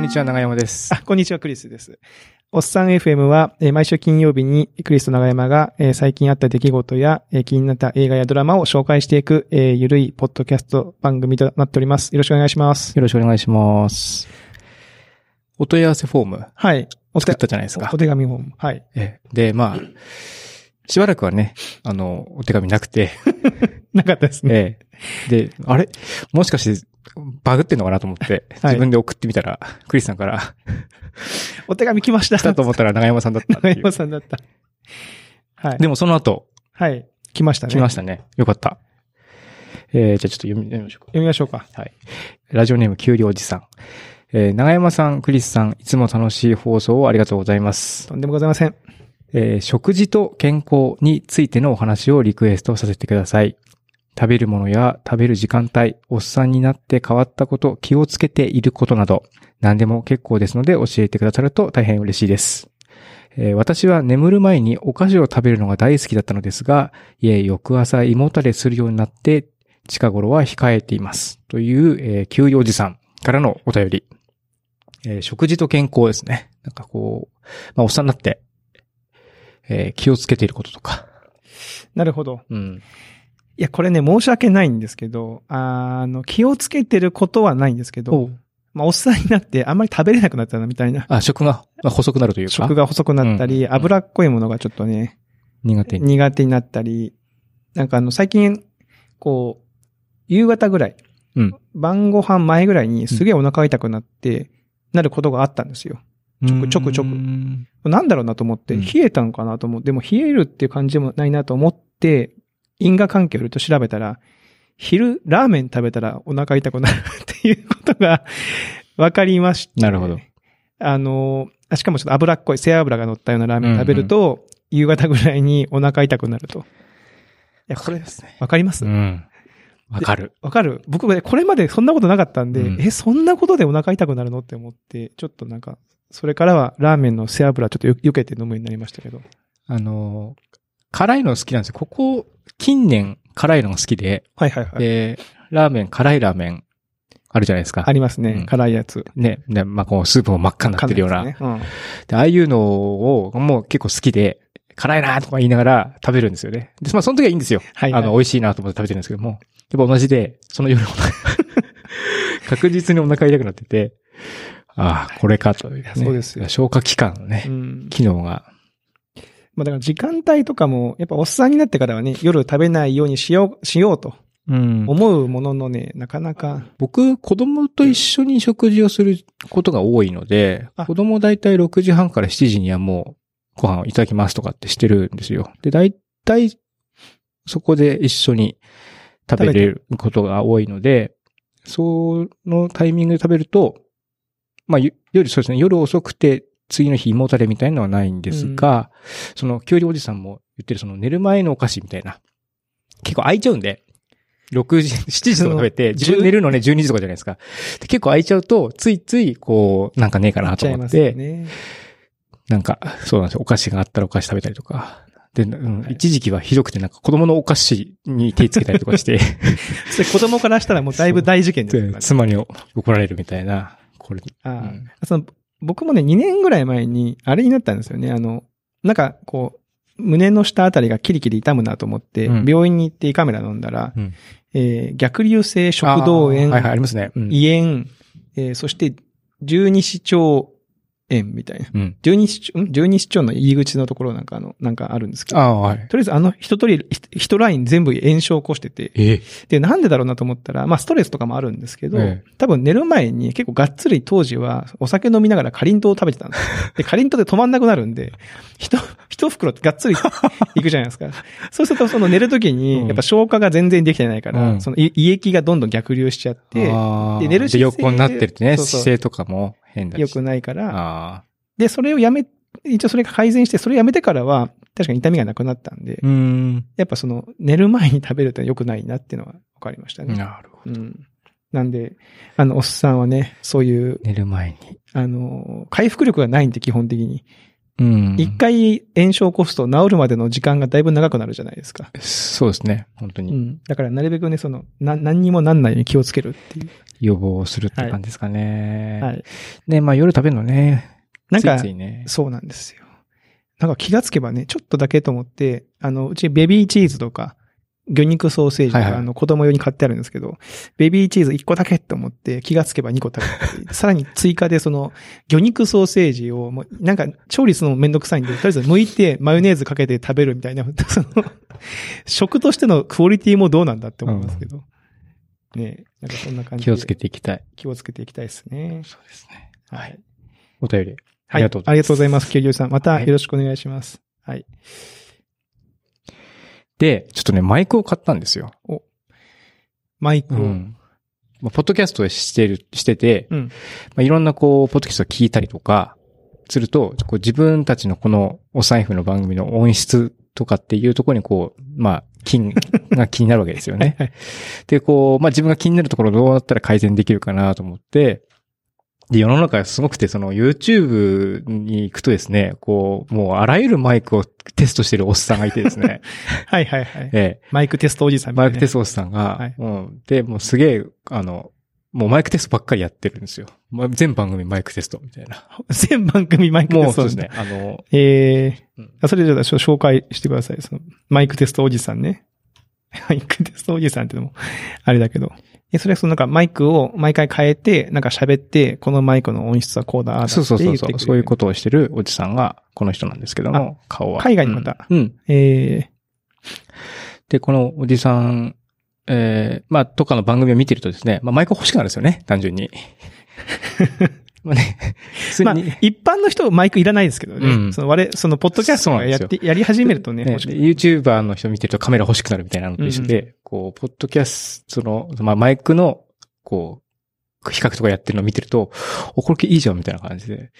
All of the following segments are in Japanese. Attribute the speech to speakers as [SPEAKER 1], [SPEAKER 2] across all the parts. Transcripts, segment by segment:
[SPEAKER 1] にちは、長山です。
[SPEAKER 2] あ、こんにちは、クリスです。おっさん FM は、えー毎週金曜日にクリスと長山が、えー最近あった出来事や、えー気になった映画やドラマを紹介していく、えーゆるいポッドキャスト番組となっております。よろしくお願いします。
[SPEAKER 1] よろしくお願いします。お問い合わせフォーム
[SPEAKER 2] はい。お手
[SPEAKER 1] 作ったじゃないですか
[SPEAKER 2] お。手紙もはい。
[SPEAKER 1] ええで、まあ、しばらくはね、あの、お手紙なくて、
[SPEAKER 2] なかったですね。
[SPEAKER 1] ええで、あれもしかして、バグってんのかなと思 って、
[SPEAKER 2] はい
[SPEAKER 1] 自分で送ってみたら、クリスさんから、
[SPEAKER 2] お手紙来ました。
[SPEAKER 1] 来たと思ったら長山さんだったって いう
[SPEAKER 2] 長山。さんだった。はい。
[SPEAKER 1] でもその後、
[SPEAKER 2] はい。来ましたね。
[SPEAKER 1] 来ま
[SPEAKER 2] し
[SPEAKER 1] したね。よかった。えーじゃあちょっと読み、読みましょうか。
[SPEAKER 2] 読みましょうか。
[SPEAKER 1] ラジオネーム給料おじさん。えー長山さん、クリスさん、いつも楽しい放送をありがとうございます。
[SPEAKER 2] とんでもございません。
[SPEAKER 1] えー食事と健康についてのお話をリクエストさせてください。食べるものや食べる時間帯、おっさんになって変わったこと、気をつけていることなど、何でも結構ですので教えてくださると大変嬉しいです。えー私は眠る前にお菓子を食べるのが大好きだったのですが、いえ、翌朝胃もたれするようになって、近頃は控えています。という、えー、給与おじさんからのお便り。えー食事と健康ですね。なんかこう、まあ、おっさんになって、えー気をつけていることとか。
[SPEAKER 2] なるほど。
[SPEAKER 1] うん。
[SPEAKER 2] いや、これね、申し訳ないんですけど、あの、気をつけてることはないんですけど、
[SPEAKER 1] う
[SPEAKER 2] まあ、おっさんになってあんまり食べれなくなったな、みたいな。
[SPEAKER 1] あ、食が、まあ、細くなるというか。
[SPEAKER 2] 食が細くなったり、
[SPEAKER 1] うん
[SPEAKER 2] 脂っこいものがちょっとね、
[SPEAKER 1] 苦手に。
[SPEAKER 2] 苦手になったり、なんかあの、最近、こう、夕方ぐらい、
[SPEAKER 1] うん
[SPEAKER 2] 晩ご飯前ぐらいにすげえお腹痛くなって、なることがあったんですよ。くちょくちょく
[SPEAKER 1] うーん
[SPEAKER 2] なんだろうなと思って、
[SPEAKER 1] うん
[SPEAKER 2] 冷えたのかなと思って、でも冷えるっていう感じでもないなと思って、因果関係をいろいろと調べたら、昼、ラーメン食べたらお腹痛くなるっていうことが分かりまして。
[SPEAKER 1] なるほど。
[SPEAKER 2] あの、あしかもちょっと脂っこい、背脂が乗ったようなラーメン食べると、夕方ぐらいにお腹痛くなると。いや、これ、
[SPEAKER 1] すね。
[SPEAKER 2] わかります
[SPEAKER 1] う
[SPEAKER 2] わ、
[SPEAKER 1] ん。わかる。
[SPEAKER 2] かる僕、ね、これまでそんなことなかったんで、
[SPEAKER 1] うん
[SPEAKER 2] え、そんなことでお腹痛くなるのって思って、ちょっとなんか、それからはラーメンの背脂ちょっとよ避けて飲むようになりましたけど。
[SPEAKER 1] あのー、辛いの好きなんですよ。ここ、近年、辛いのが好きで、
[SPEAKER 2] はいはいはい。
[SPEAKER 1] で、ラーメン、辛いラーメン、あるじゃないですか。
[SPEAKER 2] ありますね、
[SPEAKER 1] うん
[SPEAKER 2] 辛いやつ。
[SPEAKER 1] ね、ね、まあ、こう、スープも真っ赤になってるような。
[SPEAKER 2] 辛いやつね
[SPEAKER 1] でああいうのを、もう結構好きで、辛いなとか言いながら食べるんですよね。で、まあ、その時はいいんですよ。
[SPEAKER 2] はいはい
[SPEAKER 1] あの、美味しいなと思って食べてるんですけども。やっぱ同じで、その夜お腹 確実にお腹痛くなってて、ああ、これかという、ね。
[SPEAKER 2] そうですよ
[SPEAKER 1] 消化器官のね、
[SPEAKER 2] うん。うん
[SPEAKER 1] 機能が。
[SPEAKER 2] まあだから時間帯とかも、やっぱおっさんになってからはね、夜食べないようにしよう、しようと
[SPEAKER 1] うん
[SPEAKER 2] 思うもののね、なかなか、
[SPEAKER 1] 僕、子供と一緒に食事をすることが多いので、
[SPEAKER 2] あ
[SPEAKER 1] 子供だいたい6時半から7時にはもうご飯をいただきますとかってしてるんですよ。で、だいたいそこで一緒に食べれることが多いので、そのタイミングで食べると、まあ、ゆ夜、そうですね、夜遅くて次の日胃もたれみたいなのはないんですが、その、きゅうりおじさんも言ってるその寝る前のお菓子みたいな、結構空いちゃうんで、6時、7時とか食べて、
[SPEAKER 2] その
[SPEAKER 1] 自分寝るのね、12時とかじゃないですか。で結構空いちゃうと、ついつい、こう、なんかねえか
[SPEAKER 2] な
[SPEAKER 1] な
[SPEAKER 2] っち
[SPEAKER 1] と
[SPEAKER 2] ゃい
[SPEAKER 1] 思
[SPEAKER 2] ま
[SPEAKER 1] っ
[SPEAKER 2] すよ
[SPEAKER 1] て、
[SPEAKER 2] ね。
[SPEAKER 1] なんか、そうなんですよ。お菓子があったらお菓子食べたりとか。で、うん一時期はひどくて、なんか子供のお菓子に手つけたりと かして、
[SPEAKER 2] それ子供からしたらもうだいぶ大事件ですよ
[SPEAKER 1] で妻に怒られるみたいな、これ。
[SPEAKER 2] あ
[SPEAKER 1] う
[SPEAKER 2] あ
[SPEAKER 1] ん
[SPEAKER 2] その僕もね、2年ぐらい前に、あれになったんですよね。あの、なんかこう、胸の下あたりがキリキリ痛むなと思って、
[SPEAKER 1] うん
[SPEAKER 2] 病院に行って胃カメラ飲んだら、
[SPEAKER 1] うん
[SPEAKER 2] えー逆流性食道
[SPEAKER 1] あ
[SPEAKER 2] 炎、
[SPEAKER 1] ーはいはい、ありますね。うん
[SPEAKER 2] 胃炎、えーそして十二指腸炎みたいな。
[SPEAKER 1] うん。
[SPEAKER 2] 十二指腸、ん十二指腸の入り口のところなんかあの、なんかあるんですけ
[SPEAKER 1] あ
[SPEAKER 2] ど。
[SPEAKER 1] あ、はい。
[SPEAKER 2] とりあえずあの一通り、ひ一ライン全部炎症を起こしてて、
[SPEAKER 1] ええ。
[SPEAKER 2] で、なんでだろうなと思ったら、まあストレスとかもあるんですけど、
[SPEAKER 1] え
[SPEAKER 2] 多分寝る前に結構がっつり当時はお酒飲みながらかりんとうを食べてたんです よ。で、かりんとうで止まんなくなるんで、一、一袋がっつりいくじゃないで すか。そうするとその寝る時
[SPEAKER 1] うん
[SPEAKER 2] に、やっぱ消化が全然できてないから、
[SPEAKER 1] うん
[SPEAKER 2] その胃胃液がどんどん逆流しちゃって、
[SPEAKER 1] あー
[SPEAKER 2] で寝る姿勢
[SPEAKER 1] で横になってるとね、
[SPEAKER 2] そうそう
[SPEAKER 1] 姿勢とかも変だし。
[SPEAKER 2] 良くないから、
[SPEAKER 1] ああ。
[SPEAKER 2] で、それをやめ、一応それが改善して、それをやめてからは、確かに痛みがなくなったんで、
[SPEAKER 1] うん。
[SPEAKER 2] やっぱその、寝る前に食べるって良くないなっていうのは分かりましたね。
[SPEAKER 1] なるほど。
[SPEAKER 2] うん。なんで、あの、おっさんはね、そういう、
[SPEAKER 1] 寝る前に。
[SPEAKER 2] あの、回復力がないんで、基本的に。
[SPEAKER 1] うん
[SPEAKER 2] 一、回炎症を起こすと治るまでの時間がだいぶ長くなるじゃないですか。
[SPEAKER 1] そうですね、本当
[SPEAKER 2] う
[SPEAKER 1] に。
[SPEAKER 2] ん。だから、なるべくね、その、な、何にもなんないように気をつけるっていう。
[SPEAKER 1] 予防するって感じですかね。
[SPEAKER 2] はい。
[SPEAKER 1] で、まあ夜食べるのね。
[SPEAKER 2] なんか
[SPEAKER 1] ついついね。
[SPEAKER 2] そうなんですよ。なんか気がつけばね、ちょっとだけと思って、あの、うちベビーチーズとか、魚肉ソーセージとか、
[SPEAKER 1] はいはい
[SPEAKER 2] あの、子供用に買ってあるんですけど、ベビーチーズ1個だけと思って、気がつけば2個食べたり、 さらに追加でその、魚肉ソーセージを、もう、なんか、調理するのもめんどくさいんで、とりあえず剥いて、マヨネーズかけて食べるみたいな、 その、食としてのクオリティもどうなんだって思いますけど。ねえなんかそんな感じで。
[SPEAKER 1] 気をつけていきたい。
[SPEAKER 2] 気をつけていきたいですね。
[SPEAKER 1] そうですね。
[SPEAKER 2] はい。
[SPEAKER 1] お便り。あ
[SPEAKER 2] はい。
[SPEAKER 1] りが
[SPEAKER 2] あり
[SPEAKER 1] とうございます
[SPEAKER 2] がとうございます。ケリオさん。また
[SPEAKER 1] はい
[SPEAKER 2] よろしくお願いします。はい。
[SPEAKER 1] で、ちょっとね、マイクを買ったんですよ。
[SPEAKER 2] マイクを。
[SPEAKER 1] まあ、ポッドキャストをしてる、してて、
[SPEAKER 2] うん
[SPEAKER 1] まあ、いろんなこう、ポッドキャストを聞いたりとか、すると、こう自分たちのこのお財布の番組の音質とかっていうところにこう、まあ、金が気にな るわけですよね。で、こう、まあ自分が気になるところどうなったら改善できるかなと思って、で、世の中すごくて、その YouTube に行くとですね、こう、もうあらゆるマイクをテストしてるおっさんがいてです ね、
[SPEAKER 2] はいはいはい。
[SPEAKER 1] ええ、
[SPEAKER 2] マイクテストおじさんみたい
[SPEAKER 1] マ
[SPEAKER 2] な
[SPEAKER 1] イクテストさんが、
[SPEAKER 2] はい
[SPEAKER 1] うん、で、もうすげえ、あの、もうマイクテストばっかりやってるんですよ。ま全番組マイクテストみたいな。
[SPEAKER 2] 全番組マイクテ
[SPEAKER 1] もう
[SPEAKER 2] スト
[SPEAKER 1] そう
[SPEAKER 2] お
[SPEAKER 1] で
[SPEAKER 2] じ
[SPEAKER 1] す
[SPEAKER 2] さん
[SPEAKER 1] ね。。あの、
[SPEAKER 2] えー
[SPEAKER 1] うん
[SPEAKER 2] あそれじゃあちょっと紹介してください。その、マイクテストおじさんね。 マイクテストおじさんってのも、あれだけど。え、それはそのなんかマイクを毎回変えて、なんか喋って、このマイクの音質はこうだ、ああだって
[SPEAKER 1] そうそう
[SPEAKER 2] 言
[SPEAKER 1] そう
[SPEAKER 2] っ
[SPEAKER 1] そう、
[SPEAKER 2] てくれる
[SPEAKER 1] そういうことをしてるおじさんが、この人なんですけども、顔は。
[SPEAKER 2] 海外の方
[SPEAKER 1] うん。うん。
[SPEAKER 2] え
[SPEAKER 1] で、このおじさん、えー、まあ、とかの番組を見てるとですね、まあ、マイク欲しくなるんですよね、単純 に。まあね、普通
[SPEAKER 2] ー、まあ
[SPEAKER 1] に、、
[SPEAKER 2] 一般の人マイクいらないですけどね。
[SPEAKER 1] うん
[SPEAKER 2] その、我々、その、ポッドキャス
[SPEAKER 1] そ
[SPEAKER 2] ト
[SPEAKER 1] う
[SPEAKER 2] が
[SPEAKER 1] なんで
[SPEAKER 2] や
[SPEAKER 1] す
[SPEAKER 2] っ
[SPEAKER 1] よ
[SPEAKER 2] て、やり始めるとね、
[SPEAKER 1] ね、
[SPEAKER 2] 欲しく
[SPEAKER 1] YouTuber の人見てるとカメラ欲しくなるみたいなのと一緒で、こう、ポッドキャストの、まあ、マイクの、こう、比較とかやってるのを見てると、お、これいいじゃんみたいな感じで。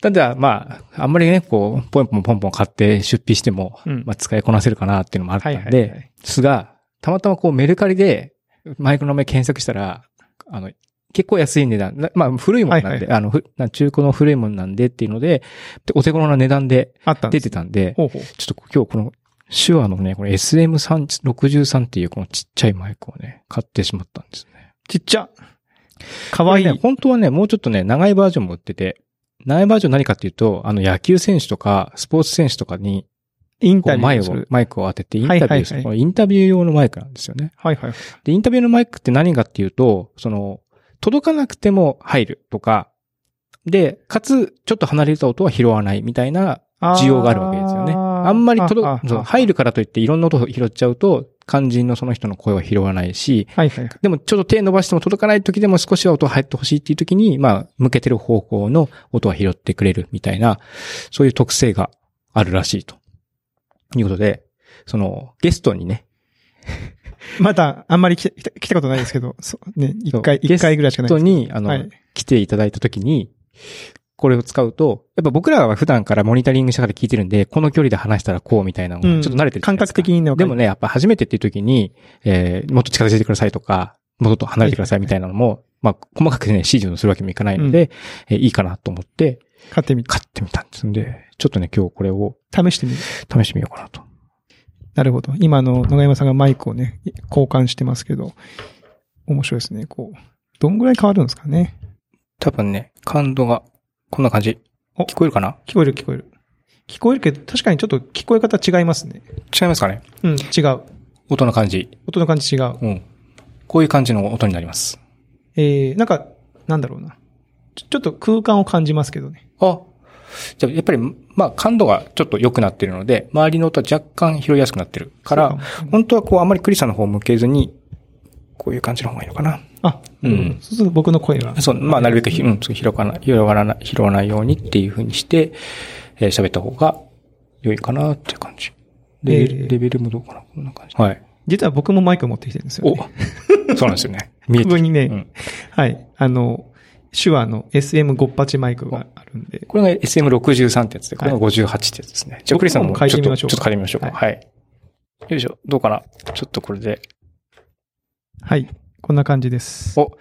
[SPEAKER 1] ただ、まあ、あんまりね、こう、ポンポンポンポン買って出費しても、
[SPEAKER 2] うん
[SPEAKER 1] まあ、使いこなせるかなっていうのもあったんで、
[SPEAKER 2] はいはいはい
[SPEAKER 1] ですが、たまたまこう、メルカリで、マイクの名前検索したら、あの、結構安い値段、なまあ、古いものなんで、
[SPEAKER 2] はいはい
[SPEAKER 1] あの、ふな中古の古いものなんでっていうので、でお手頃な値段で
[SPEAKER 2] あったんで
[SPEAKER 1] 出て
[SPEAKER 2] す。
[SPEAKER 1] たんで、
[SPEAKER 2] ほうほう。
[SPEAKER 1] ちょっと今日この、手話のね、この SM63 っていうこのちっちゃいマイクをね、買ってしまったんですね。
[SPEAKER 2] ちっちゃ。かわいい。
[SPEAKER 1] これね本当はね、もうちょっとね、長いバージョンも売ってて、長いバージョン何かっていうと、あの野球選手とか、スポーツ選手とかに、
[SPEAKER 2] イン
[SPEAKER 1] こ
[SPEAKER 2] タ
[SPEAKER 1] う
[SPEAKER 2] ビュ
[SPEAKER 1] 前
[SPEAKER 2] ー
[SPEAKER 1] を
[SPEAKER 2] をする。、
[SPEAKER 1] マイクを当ててインタビューす
[SPEAKER 2] はいはいは
[SPEAKER 1] る。
[SPEAKER 2] い
[SPEAKER 1] このインタビュー用のマイクなんですよね。
[SPEAKER 2] はいはい。
[SPEAKER 1] で、インタビューのマイクって何かっていうと、その、届かなくても入るとか、で、かつ、ちょっと離れた音は拾わないみたいな需要があるわけですよね。あんまり
[SPEAKER 2] 届
[SPEAKER 1] 届く、そう入るからといっていろんな音を拾っちゃうと、肝心のその人の声は拾わないし、
[SPEAKER 2] はいはい。
[SPEAKER 1] でもちょっと手伸ばしても届かない時でも少しは音入ってほしいっていう時に、まあ、向けてる方向の音は拾ってくれるみたいな、そういう特性があるらしいと。いうことで、その、ゲストにね、
[SPEAKER 2] まだ、あんまり来た来た来たことないですけど、そうね、一回、
[SPEAKER 1] そう
[SPEAKER 2] 一回ぐらいしかない
[SPEAKER 1] 人
[SPEAKER 2] です。
[SPEAKER 1] に、あの、
[SPEAKER 2] はい
[SPEAKER 1] 来ていただいた時に、これを使うと、やっぱ僕らは普段からモニタリングしながら聞いてるんで、この距離で話したらこうみたいなの
[SPEAKER 2] うん
[SPEAKER 1] がちょっと慣れてるじゃな
[SPEAKER 2] 感
[SPEAKER 1] いですか
[SPEAKER 2] 覚的にね、わか
[SPEAKER 1] で
[SPEAKER 2] る
[SPEAKER 1] もね、やっぱ初めてっていう時に、えーもっと近づいてくださいとか、もっと離れてくださいみたいなのも、まあ、細かくね、指示をするわけにもいかないので、えーいいかなと思って、
[SPEAKER 2] 買ってみ
[SPEAKER 1] 買ってみたんですんで、ちょっとね、今日これを
[SPEAKER 2] 試してみる。
[SPEAKER 1] 試してみようかなと。
[SPEAKER 2] なるほど。今あの、野山さんがマイクをね、交換してますけど、面白いですね。こう、どんぐらい変わるんですかね。
[SPEAKER 1] 多分ね、感度が、こんな感じ。
[SPEAKER 2] お
[SPEAKER 1] 聞こえるかな
[SPEAKER 2] 聞こえる聞こえる。聞こえるけど、確かにちょっと聞こえ方違いますね。
[SPEAKER 1] 違いますかね
[SPEAKER 2] うん、違う。
[SPEAKER 1] 音の感じ。
[SPEAKER 2] 音の感じ違う。
[SPEAKER 1] うん。こういう感じの音になります。
[SPEAKER 2] えー、なんか、なんだろうな。ちょちょっと空間を感じますけどね。
[SPEAKER 1] あ、じゃあやっぱり、まあ感度がちょっと良くなってるので、周りの音は若干拾いやすくなってるか
[SPEAKER 2] そう
[SPEAKER 1] ら
[SPEAKER 2] かもしれな、い
[SPEAKER 1] 本当はこうあんまりクリさんの方を向けずに、こういう感じの方がいいのかな。
[SPEAKER 2] あ、
[SPEAKER 1] うん
[SPEAKER 2] そうすると僕の声は。
[SPEAKER 1] そう、まあなるべくひ、うん、そう拾わない、拾わない、拾わないようにっていう風にして、えー喋った方が良いかなっていう感じ。レベル、
[SPEAKER 2] えー
[SPEAKER 1] レベルもどうかなこんな感じ。はい。
[SPEAKER 2] 実は僕もマイクを持ってきてるんですよ、
[SPEAKER 1] お
[SPEAKER 2] ね。
[SPEAKER 1] そうなんですよ ね。見えて
[SPEAKER 2] ここ
[SPEAKER 1] る。
[SPEAKER 2] にね、
[SPEAKER 1] うん
[SPEAKER 2] はい、あの、手話の SM58 マイクがあるんで、
[SPEAKER 1] これが SM63 ってやつで、これが58ってやつですね。じゃあ、クリスさんも
[SPEAKER 2] 僕
[SPEAKER 1] ちょ
[SPEAKER 2] も
[SPEAKER 1] っ
[SPEAKER 2] 変え
[SPEAKER 1] と、
[SPEAKER 2] てみ
[SPEAKER 1] ちょ
[SPEAKER 2] ま
[SPEAKER 1] っ
[SPEAKER 2] しょう
[SPEAKER 1] と
[SPEAKER 2] か
[SPEAKER 1] 変えてみましょうか。はい。よいしょ。どうかなちょっとこれで。
[SPEAKER 2] はい、こんな感じです。
[SPEAKER 1] お、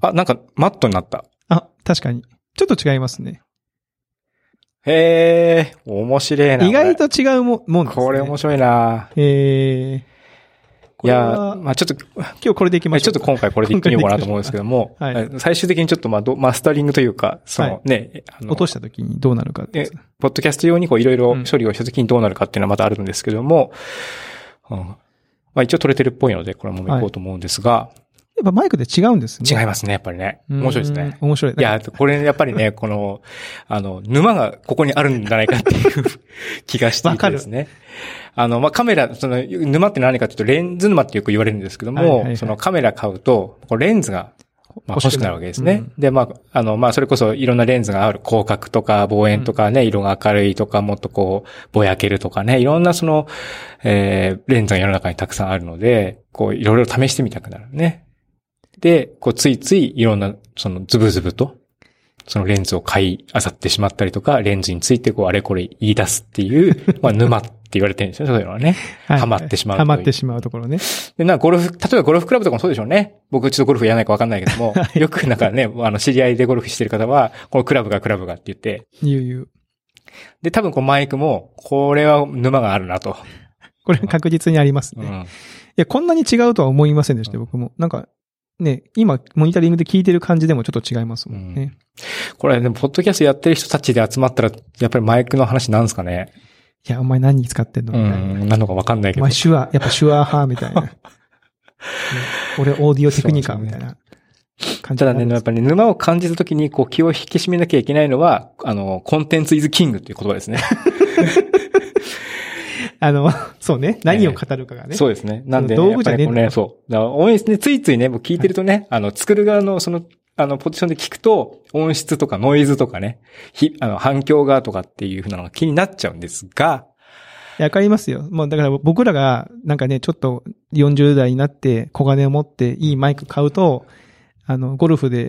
[SPEAKER 1] あ、なんか、マットになった。
[SPEAKER 2] あ、確かに。ちょっと違いますね。
[SPEAKER 1] へえ、面白いな。
[SPEAKER 2] 意外
[SPEAKER 1] こと
[SPEAKER 2] 違うももん
[SPEAKER 1] れ。
[SPEAKER 2] です、ね。
[SPEAKER 1] これ面白いな。
[SPEAKER 2] えこれは、
[SPEAKER 1] まあちょっと、
[SPEAKER 2] 今日これでいきまし
[SPEAKER 1] ち
[SPEAKER 2] ょ
[SPEAKER 1] ょ
[SPEAKER 2] う。
[SPEAKER 1] っと今回これで行ってみようかなと思うんですけども、
[SPEAKER 2] はい
[SPEAKER 1] え最終的にちょっとまあどマスタリングというか、そ
[SPEAKER 2] はい
[SPEAKER 1] のね、あの
[SPEAKER 2] 落とした時にどうなるかってや
[SPEAKER 1] え
[SPEAKER 2] つ。、
[SPEAKER 1] ポッドキャスト用にこういろいろ
[SPEAKER 2] うん
[SPEAKER 1] 処理をしたときにどうなるかっていうのはまたあるんですけども、うんまあ一応取れてるっぽいので、これも行こうと思うんですが、
[SPEAKER 2] やっぱマイクで違うんですね。
[SPEAKER 1] 違いますね、やっぱりね。
[SPEAKER 2] うん
[SPEAKER 1] 面白いですね。。
[SPEAKER 2] 面白い。
[SPEAKER 1] いや、これやっぱり ね、この、あの、沼がここにあるんじゃないかっていう 気がしていてですね。あの、まあ、カメラ、その、沼って何かというと、レンズ沼ってよく言われるんですけども、
[SPEAKER 2] はいはいはい
[SPEAKER 1] そのカメラ買うと、こうレンズがまあ、欲しくなるわけですね。
[SPEAKER 2] うん
[SPEAKER 1] で、まあ、あの、まあ、それこそいろんなレンズがある。広角とか望遠とかね、色が明るいとか、もっとこう、ぼやけるとかね、いろんなその、えー、レンズが世の中にたくさんあるので、こう、いろいろ試してみたくなるね。で、こう、ついついいろんな、その、ズブズブと、そのレンズを買い漁ってしまったりとか、レンズについてこう、あれこれ言い出すっていう、まあ、沼って言われてるんですよね、そういうのはね。
[SPEAKER 2] はい
[SPEAKER 1] ハマってしまうとい
[SPEAKER 2] ハ
[SPEAKER 1] う
[SPEAKER 2] マってしまうところね。
[SPEAKER 1] で、なんかゴルフ、例えばゴルフクラブとかもそうでしょうね。僕ちょっとゴルフやらないかわかんないけど も、よくなんかね、あの、知り合いでゴルフしてる方は、このクラブがクラブがって言って、
[SPEAKER 2] ゆうゆう。
[SPEAKER 1] で、多分こうマイクも、これは沼があるなと。
[SPEAKER 2] これは確実にあります
[SPEAKER 1] う
[SPEAKER 2] ね。い
[SPEAKER 1] ん。
[SPEAKER 2] や、こんなに違うとは思いませんでした、僕も。なんか、ね、今、モニタリングで聞いてる感じでもちょっと違いますもんね。
[SPEAKER 1] これでも、ポッドキャストやってる人たちで集まったら、やっぱりマイクの話なんですかね。
[SPEAKER 2] いや、お前何使ってんの
[SPEAKER 1] う
[SPEAKER 2] みたいな。
[SPEAKER 1] ん。なのかわかんないけ
[SPEAKER 2] お
[SPEAKER 1] ど
[SPEAKER 2] 前。手話、やっぱ手話派みたいな。ね俺オーディオテクニカみたいな感じ
[SPEAKER 1] た
[SPEAKER 2] にな
[SPEAKER 1] だ
[SPEAKER 2] る
[SPEAKER 1] ね、
[SPEAKER 2] ん
[SPEAKER 1] や
[SPEAKER 2] で
[SPEAKER 1] っ
[SPEAKER 2] す
[SPEAKER 1] ぱり沼を感じた時に、こう気を引き締めなきゃいけないのは、あの、コンテンツイズキングっていう言葉ですね。
[SPEAKER 2] あの、 そうね。何を語るかがね。
[SPEAKER 1] そうですね。なんで、
[SPEAKER 2] その道具じゃねえ
[SPEAKER 1] やっぱりこうね、そう。だから音質ね、ついついね、僕聞いてるとね、あの、作る側のその、あの、ポジションで聞くと、音質とかノイズとかね、ひ、あの、反響がとかっていうふうなのが気になっちゃうんですが、
[SPEAKER 2] いやわかりますよ。もうだから僕らが、なんかね、ちょっと40代になって小金を持っていいマイク買うと、あの、ゴルフで、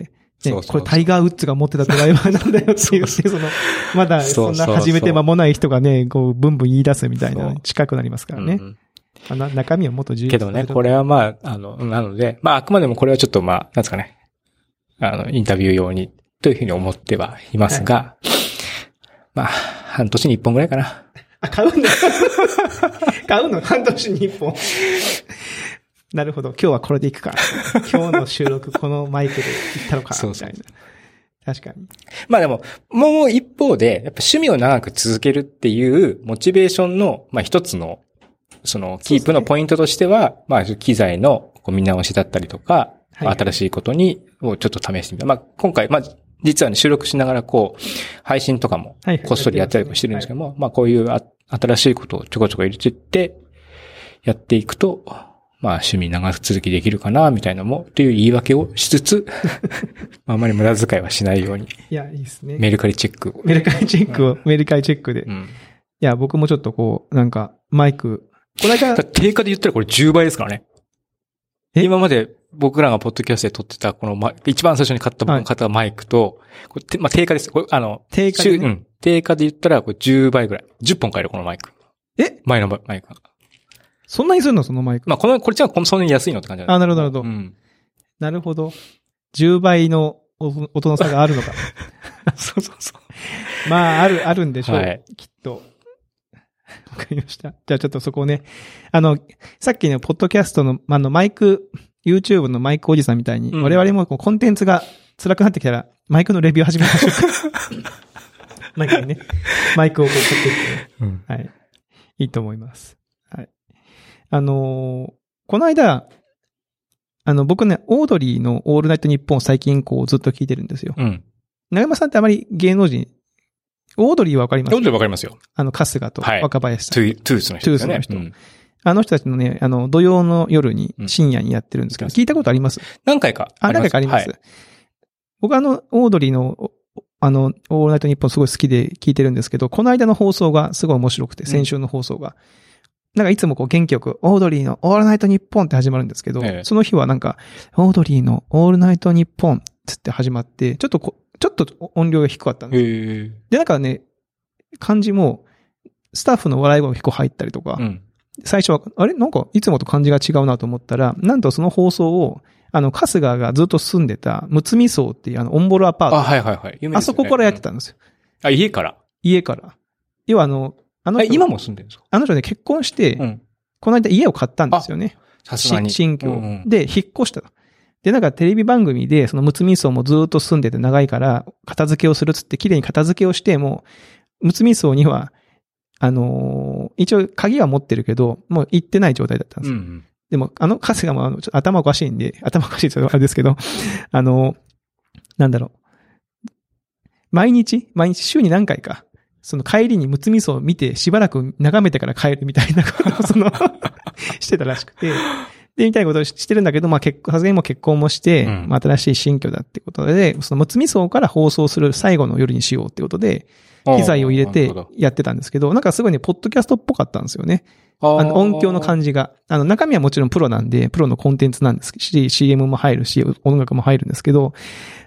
[SPEAKER 1] そ
[SPEAKER 2] ね、
[SPEAKER 1] うそうそう
[SPEAKER 2] これタイガー・ウッズが持ってたドライバーなんだよっていう、その、まだそ
[SPEAKER 1] そ
[SPEAKER 2] んな
[SPEAKER 1] うそうそう
[SPEAKER 2] 始めて間もない人がね、こう、ブンブン言い出すみたい
[SPEAKER 1] そ
[SPEAKER 2] な
[SPEAKER 1] う、
[SPEAKER 2] 近くなりますからね
[SPEAKER 1] う。ん
[SPEAKER 2] あの中身はもっと重要
[SPEAKER 1] けどね、こ
[SPEAKER 2] れ。
[SPEAKER 1] れはまあ、あの、なので、まあ、あくまでもこれはちょっとまあ、なんですかね、あの、インタビュー用に、というふうに思ってはいますが、まあ、半年に一本ぐらいかな。
[SPEAKER 2] あ、買うんだ。 買うの半年に一本。なるほど。今日はこれでいくか。今日の収録、このマイクでいったの か。
[SPEAKER 1] そう
[SPEAKER 2] み
[SPEAKER 1] そ
[SPEAKER 2] た
[SPEAKER 1] う
[SPEAKER 2] いな。確かに。
[SPEAKER 1] まあでも、もう一方で、やっぱ趣味を長く続けるっていうモチベーションの、まあ一つの、そのキープのポイントとしては、まあ機材のこう見直しだったりとか、
[SPEAKER 2] はいはい
[SPEAKER 1] 新しいことに、をちょっと試してみた。まあ今回、まあ実はね、収録しながらこう、配信とかも
[SPEAKER 2] はいはい
[SPEAKER 1] こっそりやったりとかしてるんですけども、まあこういうあ新しいことをちょこちょこ入れていって、やっていくと、まあ趣味長続きできるかな、みたいなのも、という言い訳をしつ つ、まああまり無駄遣いはしないように
[SPEAKER 2] いや、いいですね。
[SPEAKER 1] メルカリチェックを。
[SPEAKER 2] メルカリチェックを、メルカリチェックで。
[SPEAKER 1] う
[SPEAKER 2] い
[SPEAKER 1] ん。
[SPEAKER 2] や、僕もちょっとこう、なんか、マイク、こ れ
[SPEAKER 1] だ
[SPEAKER 2] が
[SPEAKER 1] から、定価で言ったらこれ10倍ですからね。
[SPEAKER 2] え
[SPEAKER 1] 今まで僕らがポッドキャストで撮ってた、このマイ一番最初に買った
[SPEAKER 2] はい
[SPEAKER 1] 買ったマイクと、これてまあ、定価です。これ、あの、
[SPEAKER 2] 定価で
[SPEAKER 1] 週う
[SPEAKER 2] ね、
[SPEAKER 1] ん。定価で言ったらこれ10倍ぐらい。10本買える、このマイク。
[SPEAKER 2] え
[SPEAKER 1] 前のマイクが。
[SPEAKER 2] そんなにするのそのマイク。
[SPEAKER 1] まあ、この、これじゃこの、そんなに安いのって感じ
[SPEAKER 2] あ、
[SPEAKER 1] な
[SPEAKER 2] なるほど、なるほど。
[SPEAKER 1] のうん。
[SPEAKER 2] なるほど。10倍のお 音の差があるのか。
[SPEAKER 1] そうそうそ
[SPEAKER 2] まあ、ある、あるんでしょう。
[SPEAKER 1] はい
[SPEAKER 2] きっと。わかりました。じゃあちょっとそこをね、あの、さっきのポッドキャストの、あの、マイク、YouTube のマイクおじさんみたいに、
[SPEAKER 1] うん
[SPEAKER 2] 我々もこうコンテンツが辛くなってきたら、マイクのレビュー始めましょう か。マイクにね、マイクをこう取っていって。
[SPEAKER 1] う。うん。
[SPEAKER 2] はい。いいと思います。はい。あのーこの間、あの、僕ね、オードリーのオールナイトニッポンを最近こうずっと聞いてるんですよ。
[SPEAKER 1] うん。
[SPEAKER 2] 長山さんってあまり芸能人、オードリーはわかります
[SPEAKER 1] 読んでわかりますよ。
[SPEAKER 2] あの、春日と
[SPEAKER 1] はい
[SPEAKER 2] 若林さ
[SPEAKER 1] ト
[SPEAKER 2] ん。
[SPEAKER 1] ゥー、トゥースの人ですよね。
[SPEAKER 2] トゥースの
[SPEAKER 1] うん
[SPEAKER 2] あの人たちのね、あの、土曜の夜に
[SPEAKER 1] うん
[SPEAKER 2] 深夜にやってるんですけど、
[SPEAKER 1] うん
[SPEAKER 2] 聞いたことあります
[SPEAKER 1] 何回か。
[SPEAKER 2] あ、何回かあります。
[SPEAKER 1] はい
[SPEAKER 2] 僕あの、オードリーの、おあの、オールナイトニッポンすごい好きで聞いてるんですけど、この間の放送がすごい面白くて、
[SPEAKER 1] うん
[SPEAKER 2] 先週の放送が。なんかいつもこう元気よく、オードリーのオールナイトニッポンって始まるんですけど、
[SPEAKER 1] ええ
[SPEAKER 2] その日はなんか、オードリーのオールナイトニッポンっつって始まって、ちょっとこ、ちょっと音量が低かったんです。
[SPEAKER 1] へえ。
[SPEAKER 2] で、なんかね、感じも、スタッフの笑い声も結構入ったりとか、
[SPEAKER 1] うん。
[SPEAKER 2] 最初は、あれなんか、いつもと感じが違うなと思ったら、なんとその放送を、あの、春日がずっと住んでた、むつみ荘っていうあの、オンボロアパート。
[SPEAKER 1] あ、
[SPEAKER 2] あ,、
[SPEAKER 1] はいはいはい。有名ですよね
[SPEAKER 2] そこからやって。たんですよ。
[SPEAKER 1] うんあ、家から。
[SPEAKER 2] 家から。要はあの、あの
[SPEAKER 1] え、
[SPEAKER 2] 人、
[SPEAKER 1] 今も住んでるんですか
[SPEAKER 2] あの人ね、結婚して、
[SPEAKER 1] うん。
[SPEAKER 2] この間家を買ったんですよね。
[SPEAKER 1] さすが
[SPEAKER 2] し
[SPEAKER 1] に。
[SPEAKER 2] 新居
[SPEAKER 1] うんうん
[SPEAKER 2] で、引っ越したと。で、なんかテレビ番組で、そのムツミソウもずっと住んでて長いから、片付けをするっつって、綺麗に片付けをして、もう、ムツミソウには、あのー一応鍵は持ってるけど、もう行ってない状態だったんです
[SPEAKER 1] う
[SPEAKER 2] よ。
[SPEAKER 1] ん
[SPEAKER 2] でも、あの、春日もあの、ちょっと頭おかしいんで、頭おかしいって言うとあれですけど、 あの、なんだろう。毎日毎日週に何回か、その帰りにむつみそを見て、しばらく眺めてから帰るみたいなことを、その、 してたらしくて、で、みたいなことをししてるんだけど、まあ結婚、さすがにもう結婚もして、
[SPEAKER 1] うん
[SPEAKER 2] まあ新しい新居だってことで、そのむつみそから放送する最後の夜にしようってことで、
[SPEAKER 1] うん
[SPEAKER 2] 機材を入れ
[SPEAKER 1] な
[SPEAKER 2] て
[SPEAKER 1] るほど
[SPEAKER 2] やってたんですけど、なんかすごいね、ポッドキャストっぽかったんですよね。
[SPEAKER 1] あ
[SPEAKER 2] あの音響の感じが。あの、中身はもちろんプロなんで、プロのコンテンツなんですし、CM も入るし、音楽も入るんですけど、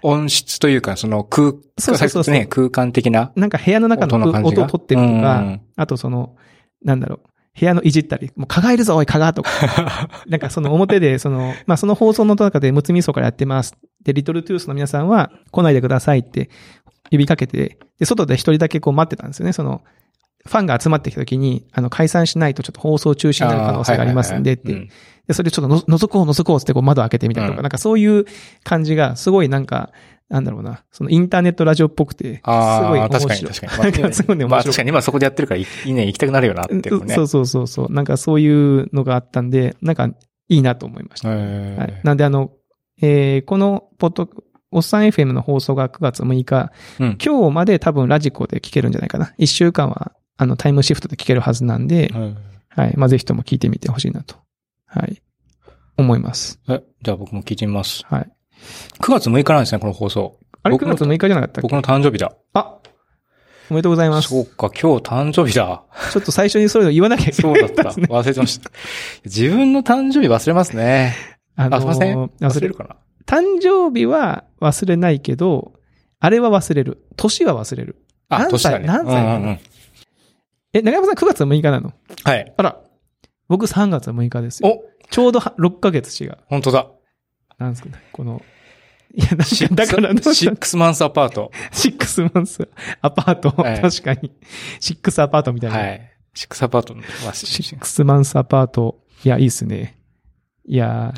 [SPEAKER 1] じ。音質というか、その空、
[SPEAKER 2] そうそうそう
[SPEAKER 1] さっきね、空間的な
[SPEAKER 2] なんか部屋の中
[SPEAKER 1] 音
[SPEAKER 2] の
[SPEAKER 1] の感じ
[SPEAKER 2] 音
[SPEAKER 1] が。
[SPEAKER 2] を取ってると
[SPEAKER 1] う
[SPEAKER 2] か、
[SPEAKER 1] ん
[SPEAKER 2] あとその、なんだろう、部屋のいじったり、もう蚊がいるぞ、おい、蚊がとか。 なんかその表で、その、まあ、その放送の中で、むつみそからやってます。で、リトルトゥースの皆さんは来ないでくださいって呼びかけて、で、外で一人だけこう待ってたんですよね、その、ファンが集まってきた時に、あの、解散しないとちょっと放送中止になる可能性がありますんでって、で、それちょっとの覗こう覗こうっつってこう窓開けてみたりとか、
[SPEAKER 1] うん
[SPEAKER 2] なんかそういう感じが、すごいなんか、なんだろうな、そのインターネットラジオっぽくて、すごい
[SPEAKER 1] ああ、
[SPEAKER 2] 面白い。
[SPEAKER 1] 確かに確か
[SPEAKER 2] な
[SPEAKER 1] に。
[SPEAKER 2] ん かすごいね、
[SPEAKER 1] ま
[SPEAKER 2] 面
[SPEAKER 1] あ確か
[SPEAKER 2] 白
[SPEAKER 1] に今そこでやってるからいいいね、行きたくなるよなって
[SPEAKER 2] い。
[SPEAKER 1] いうね。
[SPEAKER 2] そうそうそうそう。なんかそういうのがあったんで、なんかいいなと思いました。
[SPEAKER 1] へー
[SPEAKER 2] はい、なんであの、えーこのポッド、おっさん FM の放送が9月6日、
[SPEAKER 1] うん。
[SPEAKER 2] 今日まで多分ラジコで聞けるんじゃないかな。1週間は、あの、タイムシフトで聞けるはずなんで、はい。まあ、ぜひとも聞いてみてほしいなと。はい。思います。
[SPEAKER 1] えじゃあ僕も聞いてみます。
[SPEAKER 2] はい。
[SPEAKER 1] 9月6日なんですね、この放送。
[SPEAKER 2] あれ
[SPEAKER 1] 僕
[SPEAKER 2] 9
[SPEAKER 1] の
[SPEAKER 2] 月6日じゃなかったっけ
[SPEAKER 1] 僕の誕生日だ。
[SPEAKER 2] あおめでとうございます。
[SPEAKER 1] そうか、今日誕生日だ。
[SPEAKER 2] ちょっと最初にそういうの言わなきゃいけ
[SPEAKER 1] そ
[SPEAKER 2] な
[SPEAKER 1] うだ
[SPEAKER 2] い
[SPEAKER 1] った。
[SPEAKER 2] ですね。
[SPEAKER 1] 忘れてました。自分の誕生日忘れますね。
[SPEAKER 2] あ
[SPEAKER 1] あ、すいません。
[SPEAKER 2] 忘
[SPEAKER 1] 忘れ
[SPEAKER 2] れる
[SPEAKER 1] る。かな
[SPEAKER 2] 誕生日は忘れないけど、あれは忘れる。年は忘れる。
[SPEAKER 1] あ、
[SPEAKER 2] 何
[SPEAKER 1] 年
[SPEAKER 2] 歳
[SPEAKER 1] だね。
[SPEAKER 2] 何歳
[SPEAKER 1] うんうんうん
[SPEAKER 2] え、長山さん9月6日なの
[SPEAKER 1] はい。
[SPEAKER 2] あら。僕3月6日ですよ。
[SPEAKER 1] お、
[SPEAKER 2] ちょうどは6ヶ月違う。
[SPEAKER 1] 本当だ。
[SPEAKER 2] なんですかね。この、いや、なんか、だからどうし
[SPEAKER 1] シ
[SPEAKER 2] た
[SPEAKER 1] ックスマンスアパート。
[SPEAKER 2] シックスマンスアパート。
[SPEAKER 1] はい
[SPEAKER 2] 確かに。シックスアパートみたいな。
[SPEAKER 1] はい。シックスアパートの、まあ、
[SPEAKER 2] シ
[SPEAKER 1] し
[SPEAKER 2] ックスマンスアパート。いや、いいっすね。いや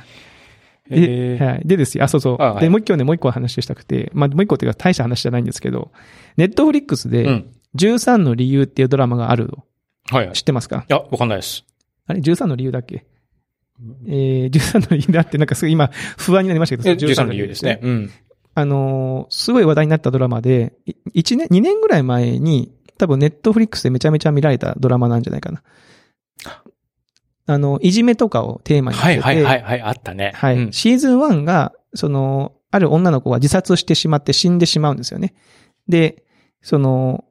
[SPEAKER 2] ーで、
[SPEAKER 1] えー
[SPEAKER 2] はい。でですよ。あ、そうそう。
[SPEAKER 1] あはい
[SPEAKER 2] で、もう一個ね、もう一個話をしたくて、まあ、もう一個っていうか大した話じゃないんですけど、ネットフリックス
[SPEAKER 1] う
[SPEAKER 2] で、
[SPEAKER 1] ん。
[SPEAKER 2] 13の理由っていうドラマがあるの。
[SPEAKER 1] はいはい。
[SPEAKER 2] 知ってますか
[SPEAKER 1] いや、わかんないです。
[SPEAKER 2] あれ ?13 の理由だっけえー、13の理由だって、なんかすごい今、不安になりましたけど、
[SPEAKER 1] え、
[SPEAKER 2] そ
[SPEAKER 1] 13の理由ですね。。うん。
[SPEAKER 2] あのーすごい話題になったドラマで、1年、2年ぐらい前に、多分ネットフリックスでめちゃめちゃ見られたドラマなんじゃないかな。あの、いじめとかをテーマにして
[SPEAKER 1] は
[SPEAKER 2] て、
[SPEAKER 1] いはいはいはい、あったね。
[SPEAKER 2] はい。
[SPEAKER 1] うん
[SPEAKER 2] シーズン1が、その、ある女の子が自殺をしてしまって死んでしまうんですよね。で、その、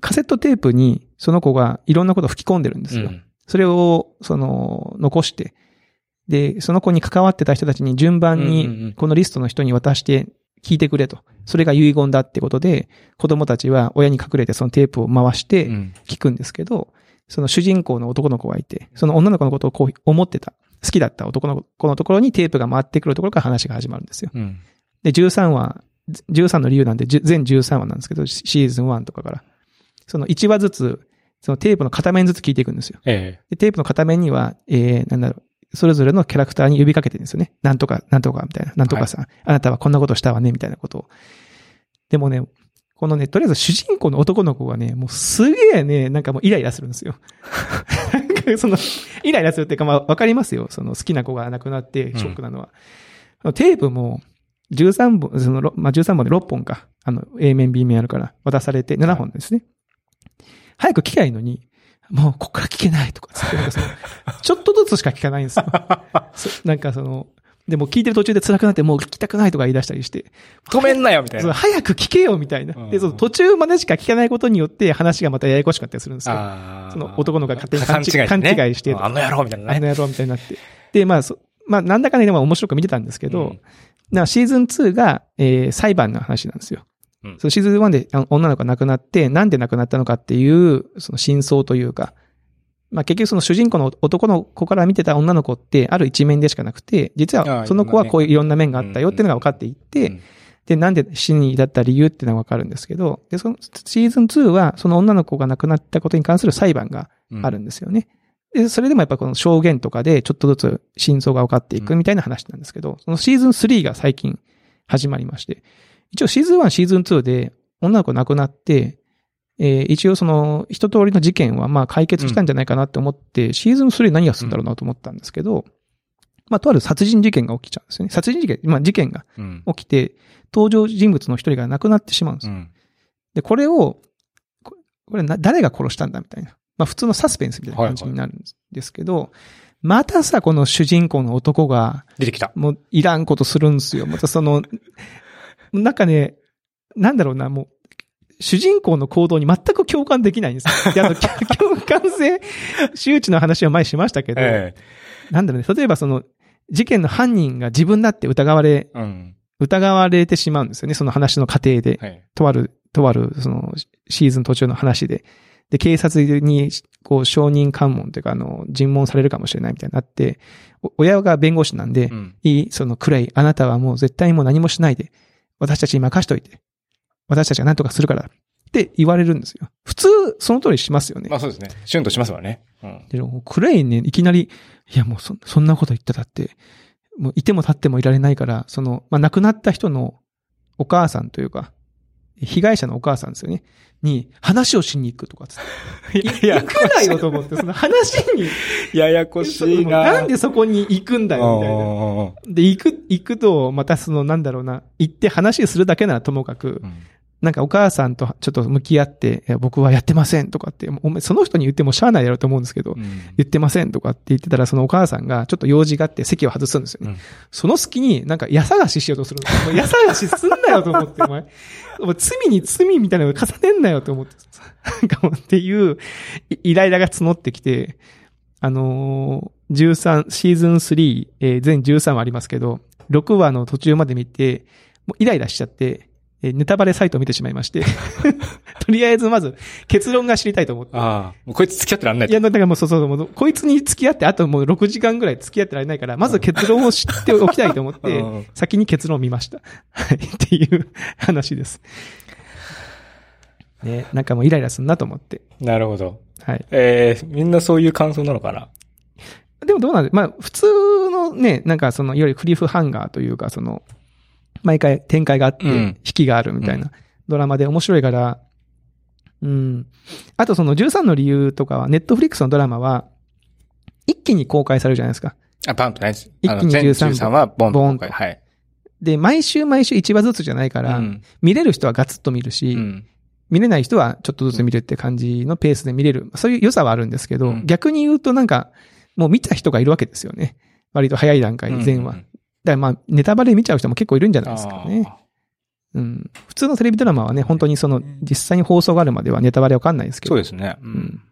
[SPEAKER 2] カセットテープにその子がいろんなことを吹き込んでるんですよ。
[SPEAKER 1] うん
[SPEAKER 2] それを、その、残して、で、その子に関わってた人たちに順番
[SPEAKER 1] うんうんうん
[SPEAKER 2] に、このリストの人に渡して聞いてくれと。それが遺言だってことで、子供たちは親に隠れてそのテープを回し
[SPEAKER 1] う
[SPEAKER 2] て
[SPEAKER 1] ん
[SPEAKER 2] 聞くんですけど、その主人公の男の子がいて、その女の子のことをこう思ってた、好きだった男の子のところにテープが回ってくるところから話が始まるんですよ。
[SPEAKER 1] うん。
[SPEAKER 2] で、13話、13の理由なんで、じゅ全13話なんですけど、シシーズン1とかから。その1話ずつ、そのテープの片面ずつ聞いていくんですよ。
[SPEAKER 1] え
[SPEAKER 2] で、テープの片面には、えー、なんだろう、それぞれのキャラクターに呼びかけてるんですよね。なんとか、なんとか、みたいな。なんとかさん、あなたはこんなことしたわね、みたいなことを。でもね、このね、とりあえず主人公の男の子がね、もうすげえね、なんかもうイライラするんですよ。 なんかその、イライラするっていうか、まあわかりますよ。その好きな子が亡くなってショックなのは。テープも、13本、その、ろまあ、13本で6本か。あの、A 面、B 面あるから、渡されて、7本ですね。早く聞きゃいいのに、もうここから聞けないとかつって、なんかそのちょっとずつしか聞かないんですよ。そなんかその、でも聞いてる途中で辛くなって、もう聞きたくないとか言い出したりして、
[SPEAKER 1] え。止めんなよみたい
[SPEAKER 2] その
[SPEAKER 1] な。
[SPEAKER 2] 早く聞けよみたいな。
[SPEAKER 1] う
[SPEAKER 2] で、
[SPEAKER 1] ん
[SPEAKER 2] その途中までしか聞かないことによって話がまたややこしかったりするんですよ。
[SPEAKER 1] あー
[SPEAKER 2] その男の子が勝手に
[SPEAKER 1] 勘違いしてね
[SPEAKER 2] 勘違いして
[SPEAKER 1] あの野郎みたいな
[SPEAKER 2] あの
[SPEAKER 1] ね。
[SPEAKER 2] 野郎みたいになって。で、まあ、そまあ、なんだかね、でも面白く見てたんですけど、
[SPEAKER 1] うん
[SPEAKER 2] なシーズン2が、えー裁判の話なんですよ。
[SPEAKER 1] うん
[SPEAKER 2] そのシーズン1であの女の子が亡くなって、なんで亡くなったのかっていう、その真相というか、まあ結局その主人公の男の子から見てた女の子って、ある一面でしかなくて、実
[SPEAKER 1] ああ
[SPEAKER 2] はその子はこういういろんな面があったよっていうのが分かっていって、
[SPEAKER 1] うん
[SPEAKER 2] で、なんで死に至った理由っていうのが分かるんですけど、で、そのシーズン2はその女の子が亡くなったことに関する裁判があるんですよね。で、それでもやっぱこの証言とかでちょっとずつ真相が分かっていくみたいな話なんですけど、そのシーズン3が最近始まりまして、一応シーズン1、シーズン2で女の子亡くなって、えー一応その一通りの事件はまあ解決したんじゃないかなって思って、シーズン3何がするんだろうなと思ったんですけど、まあとある殺人事件が起きちゃうんですよね。殺人事件、まあ事件が
[SPEAKER 1] うん。
[SPEAKER 2] 起きて、登場人物の一人が亡くなってしまうんですよ
[SPEAKER 1] うん。
[SPEAKER 2] で、これを、ここれな、誰が殺したんだみたいな。まあ普通のサスペンスみたいな感じになるんですですけど、またさ、この主人公の男が、
[SPEAKER 1] 出てきた。
[SPEAKER 2] もういらんことするんですよ。またその、 なんかね、なんだろうな、もう、主人公の行動に全く共感できないんですよ。であの共感性、周知の話は前にしましたけど、
[SPEAKER 1] え
[SPEAKER 2] なんだろうね、例えばその、事件の犯人が自分だって疑われ、
[SPEAKER 1] え。うん。
[SPEAKER 2] 疑われてしまうんですよね、その話の過程で。
[SPEAKER 1] はい。
[SPEAKER 2] とある、とある、その、シシーズン途中の話で。で、警察に、こう、証人喚問というか、あの、尋問されるかもしれないみたいになって、お親が弁護士なんで、
[SPEAKER 1] うん。
[SPEAKER 2] いい、その、クレイ、あなたはもう絶対にもう何もしないで、私たちに任しといて、私たちが何とかするから、って言われるんですよ。普通、その通りしますよね
[SPEAKER 1] ま。あそうですね。シュンとしますわね。うん。
[SPEAKER 2] でもクレイね、いきなり、いやもうそそんなこと言ったらだって、もういても立ってもいられないから、その、まあ、亡くなった人のお母さんというか、被害者のお母さんですよね。に、話をしに行くとかっつって。い
[SPEAKER 1] いや
[SPEAKER 2] 行かないよと思って、その話に、
[SPEAKER 1] ややこしいな。
[SPEAKER 2] なんでそこに行くんだよ、みたいな。
[SPEAKER 1] よ、
[SPEAKER 2] で、行く、行くと、またその、なんだろうな、行って話するだけならともか
[SPEAKER 1] み
[SPEAKER 2] く
[SPEAKER 1] たい、な。
[SPEAKER 2] なんかお母さんとちょっと向き合って、いや僕はやってませんとかって、もうお前その人に言ってもしゃあないやろと思うんですけど
[SPEAKER 1] う、ん。
[SPEAKER 2] 言ってませんとかって言ってたら、そのお母さんがちょっと用事があって席を外すんですよね。
[SPEAKER 1] うん
[SPEAKER 2] その隙になんか家探ししようとするんですよ。もう家探しすんなよと思って、お前。お前罪に罪みたいなの重ねんなよと思って。 なんかもうっていうイイライラが募ってきて、あのー、13、シーズン3、えー全13話ありますけど、6話の途中まで見て、もうイライラしちゃって、えーネタバレサイトを見てしまいまして、 とりあえずまず結論が知りたいと思って。
[SPEAKER 1] ああ、もうこいつ付き合ってらんない
[SPEAKER 2] いや、だからもうそうそう、もうこいつに付き合って、あともう6時間ぐらい付き合ってられないから、まず結論を知っておきたいと思って、
[SPEAKER 1] うん
[SPEAKER 2] 先に結論を見ました。 はい、っていう話です。ね、なんかもうイライラすんなと思って。
[SPEAKER 1] なるほど。
[SPEAKER 2] はい。
[SPEAKER 1] ええ、みんなそういう感想なのかな
[SPEAKER 2] でもどうなんで、まあ、普通のね、なんかその、いわゆるクリフハンガーというか、その、毎回展開があって、
[SPEAKER 1] うん
[SPEAKER 2] 引きがあるみたいなドラマで面白いから、うん。あとその13の理由とかは、ネットフリックスのドラマは、一気に公開されるじゃないですか。
[SPEAKER 1] あ、バンプないです。
[SPEAKER 2] 一気に
[SPEAKER 1] あの全
[SPEAKER 2] 13
[SPEAKER 1] 13はボンと
[SPEAKER 2] ボンと
[SPEAKER 1] はい。
[SPEAKER 2] で、毎週毎週1話ずつじゃないから、
[SPEAKER 1] うん
[SPEAKER 2] 見れる人はガツッと見るし、
[SPEAKER 1] うん。
[SPEAKER 2] 見れない人はちょっとずつ見るって感じのペースで見れる。そういう良さはあるんですけど、
[SPEAKER 1] うん
[SPEAKER 2] 逆に言うとなんか、もう見た人がいるわけですよね。割と早い段階で、前話。
[SPEAKER 1] うん
[SPEAKER 2] だからまあ、ネタバレ見ちゃう人も結構いるんじゃないですかね。
[SPEAKER 1] あ
[SPEAKER 2] うん。普通のテレビドラマはね、本当にその、実際に放送があるまではネタバレわかんないです
[SPEAKER 1] ー
[SPEAKER 2] けど。
[SPEAKER 1] そうですね。う
[SPEAKER 2] うんん。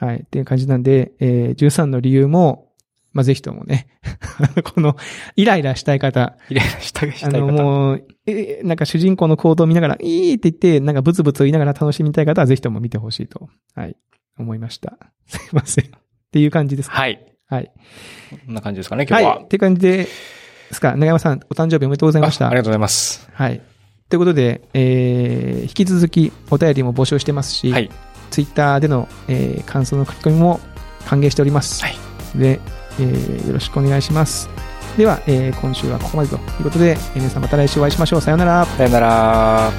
[SPEAKER 2] はい。っていう感じなんで、えー13の理由も、まあ、ぜひともね、 この、イライラしたい方、
[SPEAKER 1] イライラしたがし
[SPEAKER 2] あ
[SPEAKER 1] たい
[SPEAKER 2] の、
[SPEAKER 1] 方。
[SPEAKER 2] もう、えーなんか主人公の行動を見ながら、いいって言って、なんかブツブツ言いながら楽しみたい方は、ぜひとも見てほしいと、はい、思いました。 すいません。っていう感じですか。
[SPEAKER 1] はい。
[SPEAKER 2] はい。
[SPEAKER 1] こんな感じですかね、今
[SPEAKER 2] は
[SPEAKER 1] 日
[SPEAKER 2] い。
[SPEAKER 1] は
[SPEAKER 2] っ。ていう感じですか。長山さん、お誕生日おめでとうございました。
[SPEAKER 1] あありがとうございます。
[SPEAKER 2] はい。ということで、えー引き続きお便りも募集してますし、
[SPEAKER 1] はい。
[SPEAKER 2] ツイッターでの、えー感想の書き込みも歓迎しております。
[SPEAKER 1] はい
[SPEAKER 2] で、えーよろしくお願いします。では、えー今週はここまでということで、えー皆さんまた来週お会いしましょう。さようなら。
[SPEAKER 1] さよなら。